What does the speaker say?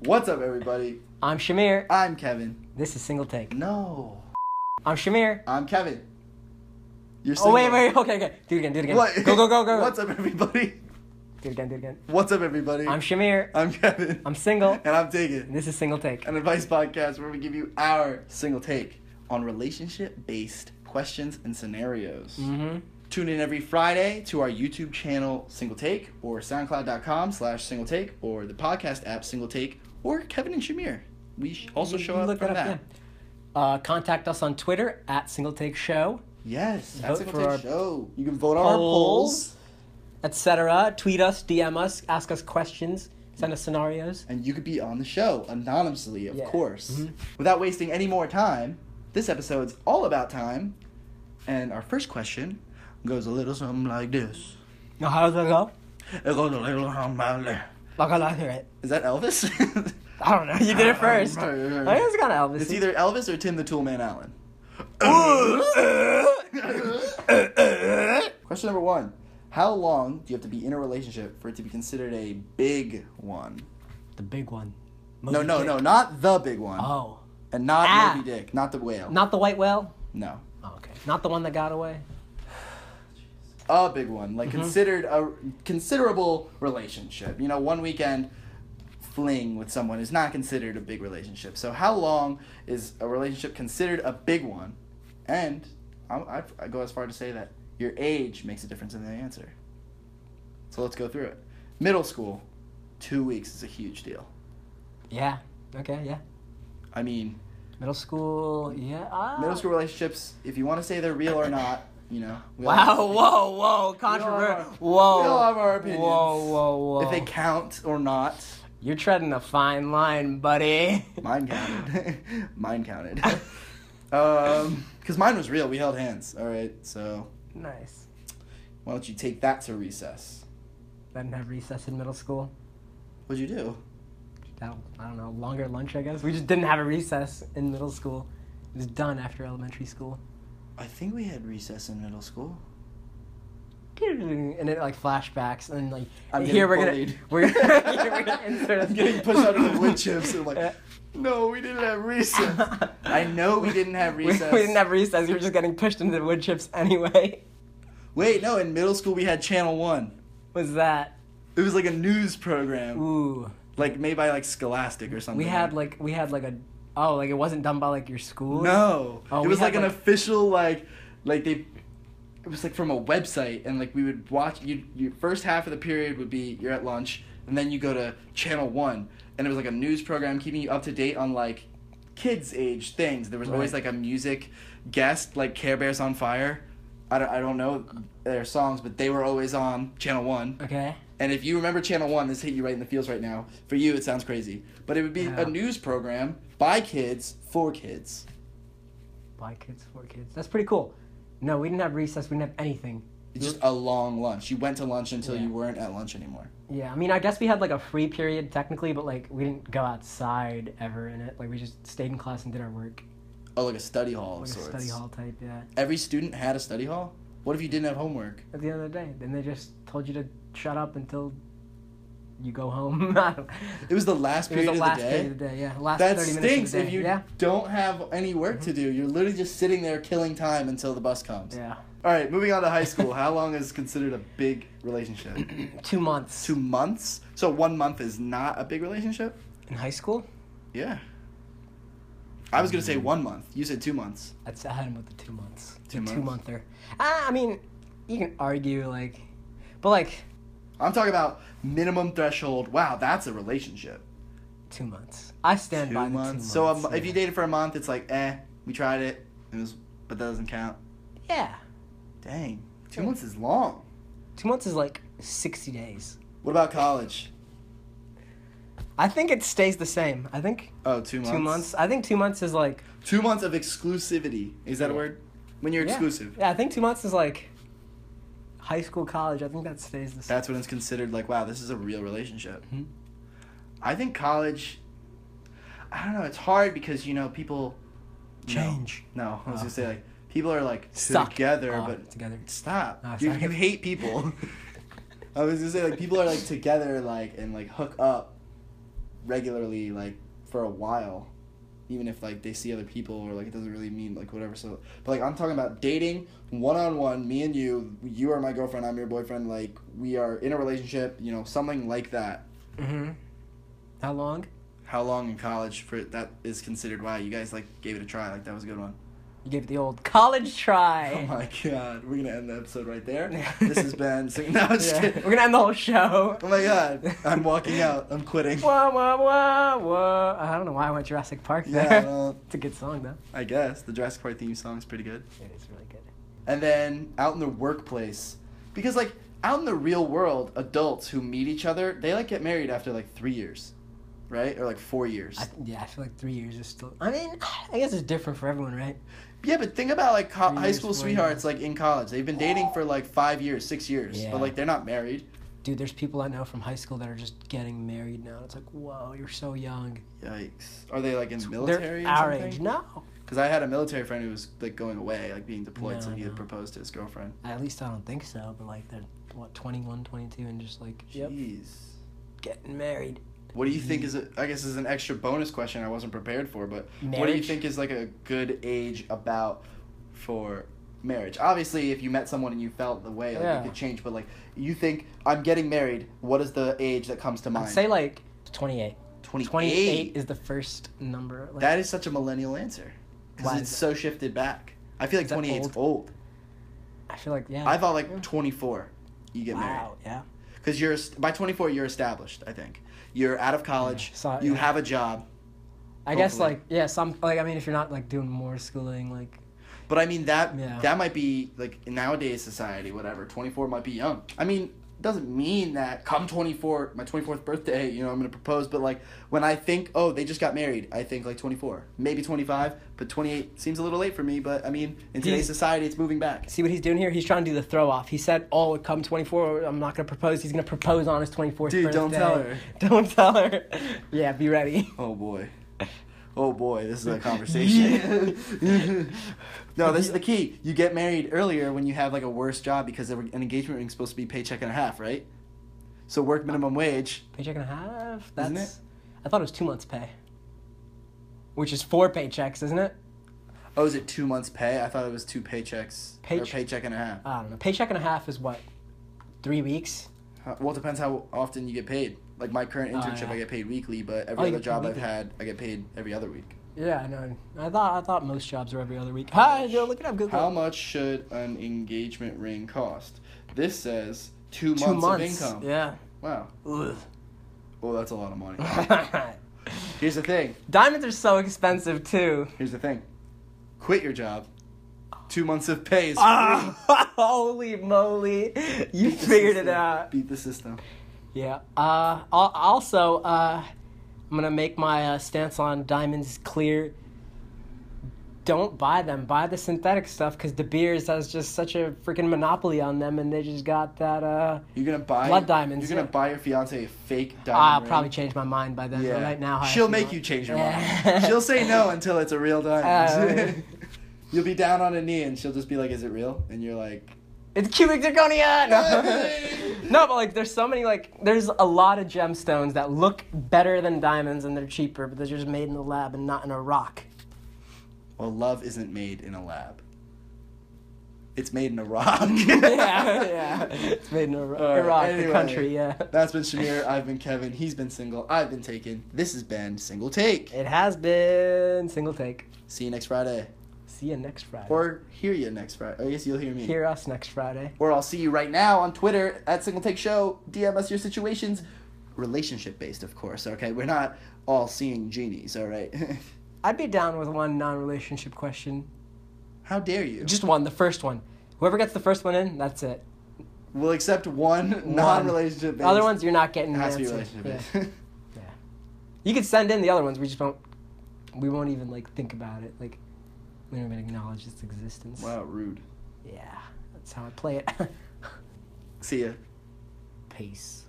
What's up, everybody? I'm Shamir. I'm Kevin. This is Single Take. No, I'm Shamir. I'm Kevin. You're Oh, wait, single. wait, okay, okay. Do it again, do it again. What? Go, go, go, go. What's up, everybody? Do it again, do it again. What's up, everybody? I'm Shamir. I'm Kevin. I'm single. And I'm Tegan. This is Single Take. An advice podcast where we give you our single take on relationship based questions and scenarios. Mm-hmm. Tune in every Friday to our YouTube channel Single Take or SoundCloud.com slash Single Take or the podcast app Single Take or Kevin and Shamir. We sh- also show up from that. yeah. Uh, contact us on Twitter at Single Take Show, Yes, Vote that's a for good our show. You can vote on our polls. polls, etc. Tweet us, DM us, ask us questions, send us scenarios. and you could be on the show anonymously, of Yeah. Mm-hmm. course. Without wasting any more time, this episode's all about time. And our first question goes a little something like this. Now, how does that go? It goes a little something like this. Like, I hear it. Is that Elvis? I don't know. You did it first. I Right, right, right. think it's kind of Elvis. it's either Elvis or Tim the Toolman Allen. Question number one. How long do you have to be in a relationship for it to be considered a big one? the big one. No, Moby no, Dick. no, not the big one. Oh, And not Ah. Moby Dick, not the whale. not the white whale. no. Oh, okay, not the one that got away. A big one, Mm-hmm. like considered a considerable relationship. You know, one weekend fling with someone is not considered a big relationship. So, how long is a relationship considered a big one? And I, I, I go as far to say that your age makes a difference in the answer. So let's go through it. Middle school, two weeks is a huge deal. Yeah. Okay. Yeah. I mean, Middle school. Yeah. Ah. middle school relationships, if you want to say they're real or not, you know. we all- Wow. Whoa. Whoa. our- Controversial. we Whoa. all have our opinions. Oh. Whoa. Whoa. Whoa. If they count or not. You're treading a fine line, buddy. Mine counted. mine counted. um, because mine was real. We held hands. All right. So nice. why don't you take that to recess? Then have recess in middle school. What'd you do? That, I don't know. Longer lunch, I guess. We just didn't have a recess in middle school. It was done after elementary school. I think we had recess in middle school. and it like flashbacks and like I'm here getting we're bullied. gonna we're gonna, here we're gonna insert I'm getting pushed out of the wood chips and like, no, we didn't have recess. I know we didn't have We- recess. We, didn't have recess. We were just getting pushed into the wood chips anyway. Wait, no. In middle school, we had Channel One. Was that It was like a news program, ooh? like made by like Scholastic or something. We had like we had like a oh like it wasn't done by like your school. No. Oh, it we was had, like an like- official like like they it was like from a website and like we would watch you your first half of the period would be you're at lunch and then you go to channel 1 and it was like a news program keeping you up to date on like kids age things. There was always Right. like a music guest like Care Bears on Fire. I don't, I don't know their songs, but they were always on Channel 1. Okay. And if you remember Channel 1, this hit you right in the feels right now. For you, it sounds crazy. But it would be Yeah. a news program by kids for kids. Black kids, four kids. That's pretty cool. No, we didn't have recess. We didn't have anything. It's just a long lunch. You went to lunch until Yeah. you weren't at lunch anymore. Yeah, I mean, I guess we had like a free period technically, but like we didn't go outside ever in it. Like we just stayed in class and did our work, Oh, like a study hall of like a sorts. study hall type. Yeah. Every student had a study hall. What if you didn't have homework? At the end of the day, then they just told you to shut up until you go home. I don't- It was the last it was period the last of the day. period of the day. Yeah, last that thirty minutes stinks of the day. if you yeah. Mm-hmm. don't have any work to do. You're literally just sitting there killing time until the bus comes. Yeah. All right, moving on to high school. How long is considered a big relationship? Two months. Two months? So one month is not a big relationship? in high school. Yeah. I was going Mm-hmm. to say one month. You said two months. That's I had him with the two months. Two the months. Two monther. I, I mean, you can argue like, but like I'm talking about minimum threshold. Wow, that's a relationship. two months. I stand Two by the months. two So a months. mo- if you yeah. dated for a month, it's like, eh, we tried it, it was, but that doesn't count. yeah, Dang, two months is long. two months is like sixty days. What about college? I think it stays the same. I think Oh, two months. two months. I think two months is like Two months of exclusivity. Is that a Yeah. word? When you're yeah. exclusive. Yeah, I think two months is like high school, college. I think that stays the same. That's when it's considered like, wow, this is a real relationship. Mhm. I think college. I don't know. It's hard because you know people. no. Change. No, I was Oh. gonna say like people are like Stuck together, Oh, but together. Stop. Oh, you, sorry. you hate people. I was gonna say like people are like together like and like hook up, regularly like for a while, even if like they see other people or like it doesn't really mean like whatever. So, but like I'm talking about dating one on one, me and you. You are my girlfriend. I'm your boyfriend. Like we are in a relationship. You know, something like that. Mm-hmm. How long? How long in college for that is considered? Wow, you guys like gave it a try. Like that was a good one. You gave it the old college try. Oh my god, we're gonna end the episode right there. this has been. So, no, I'm just Yeah. kidding. We're gonna end the whole show. Oh my god, I'm walking out. I'm quitting. Whoa, whoa, whoa, whoa. I don't know why I went Jurassic Park there. Yeah, well- it's a good song, though. I guess the Jurassic Park theme song is pretty good. It is really good. and then out in the workplace because like out in the real world adults who meet each other they like get married after like three years right or like four years I, yeah, I feel like three years is still. I mean, I guess it's different for everyone, right? yeah but think about like co- Three high years, school four sweethearts like in college they've been dating for like five years six years Yeah. but like they're not married Dude, there's people I know from high school that are just getting married now. It's like, whoa, you're so young. yikes are they like in the military They're our age. No. because i had a military friend who was like going away like being deployed No, so he had no. proposed to his girlfriend At least I don't think so, but like they're, what, 21, 22, and just like jeez getting married. What do you think is Mm-hmm. a, I guess is an extra bonus question I wasn't prepared for, but what do you Marriage? think is like a good age about for marriage? Obviously, if you met someone and you felt the way, like Yeah. it could change, but like you think I'm getting married, what is the age that comes to mind? I'd say like 28. 28. 28 is the first number. Like, that is such a millennial answer Why cuz it's is so shifted back. I feel like Is that 28 is old? old. I feel like, yeah. I thought like Yeah. 24 you get married. Wow, yeah. Cuz you're est- by 24 you're established, I think. You're out of college, so- you yeah. have a job. I guess Hopefully. like yeah, some like I mean if you're not like doing more schooling like But I mean that Yeah. that might be like in nowadays society, whatever. Twenty four might be young. I mean, doesn't mean that come twenty four, my twenty fourth birthday, you know, I'm gonna propose. But like when I think, oh, they just got married, I think like twenty four, maybe twenty five, but twenty eight seems a little late for me. But I mean, in today's He's- society, it's moving back. see what he's doing here? He's trying to do the throw off. He said, "Oh, come 24, I'm not gonna propose." He's gonna propose on his 24th Dude, birthday. don't tell her. Don't tell her. yeah, be ready. Oh boy. Oh boy, this is a conversation. no, this is the key. You get married earlier when you have like a worse job because an engagement ring's supposed to be paycheck and a half, right? So work minimum wage. Paycheck and a half. That's. Isn't I thought it was two months pay. Which is four paychecks, isn't it? Oh, is it two months' pay? I thought it was two paychecks or Payche- Uh. paycheck and a half. I don't know. Paycheck and a half is what, three weeks. Huh, Well, it depends how often you get paid. Like my current Oh, internship, yeah. I get paid weekly, but every Oh, you other get paid job I've weekly. had, I get paid every other week. Yeah, I know. I thought I thought most jobs are every other week. Hi, Joe. Look it up. Google. How much should an engagement ring cost? This says two, Two months, months. of income. Yeah. Wow. Ugh. Well, that's a lot of money. Here's the thing. Diamonds are so expensive too. Here's the thing. Quit your job. Two months of pay is free. Ah, holy moly! You Beat the figured it system. out. Beat the system. Yeah. Uh. al- Also, uh, I'm gonna make my uh, stance on diamonds clear. Don't buy them. Buy the synthetic stuff because De Beers has just such a freaking monopoly on them, and they just got that. Uh. You're gonna buy Blood diamonds, You're gonna yeah. buy your fiance a fake diamond. I'll ring. probably change my mind by then. but Yeah. right now, I she'll feel make like- you change your Yeah. mind. she'll say no until it's a real diamond. Oh. You'll be down on a knee and she'll just be like, "Is it real?" And you're like, It's cubic zirconia. Hey! No. no, but like there's so many like there's a lot of gemstones that look better than diamonds and they're cheaper, but they're just made in the lab and not in a rock. "Well, love isn't made in a lab. It's made in a rock." yeah, yeah. It's made in a ro- All right, Iraq, anyway. the country. Yeah. That's been Shamir. I've been Kevin. He's been single. I've been taken. This has been Single Take. It has been single take. See you next Friday, See you next Friday. or hear you next Friday. I guess you'll hear me. hear us next Friday. Or I'll see you right now on Twitter at Single Take Show. DM us your situations, relationship based, of course. Okay, we're not all seeing genies. All right. I'd be down with one non-relationship question. How dare you? Just one, the first one. Whoever gets the first one in, that's it. We'll accept one non-relationship. The Other ones, you're not getting. it an has to be answer. relationship Yeah. based. You could send in the other ones. We just won't. We won't even like think about it. Like we don't even acknowledge its existence. wow, rude. Yeah, that's how I play it. See ya. Peace.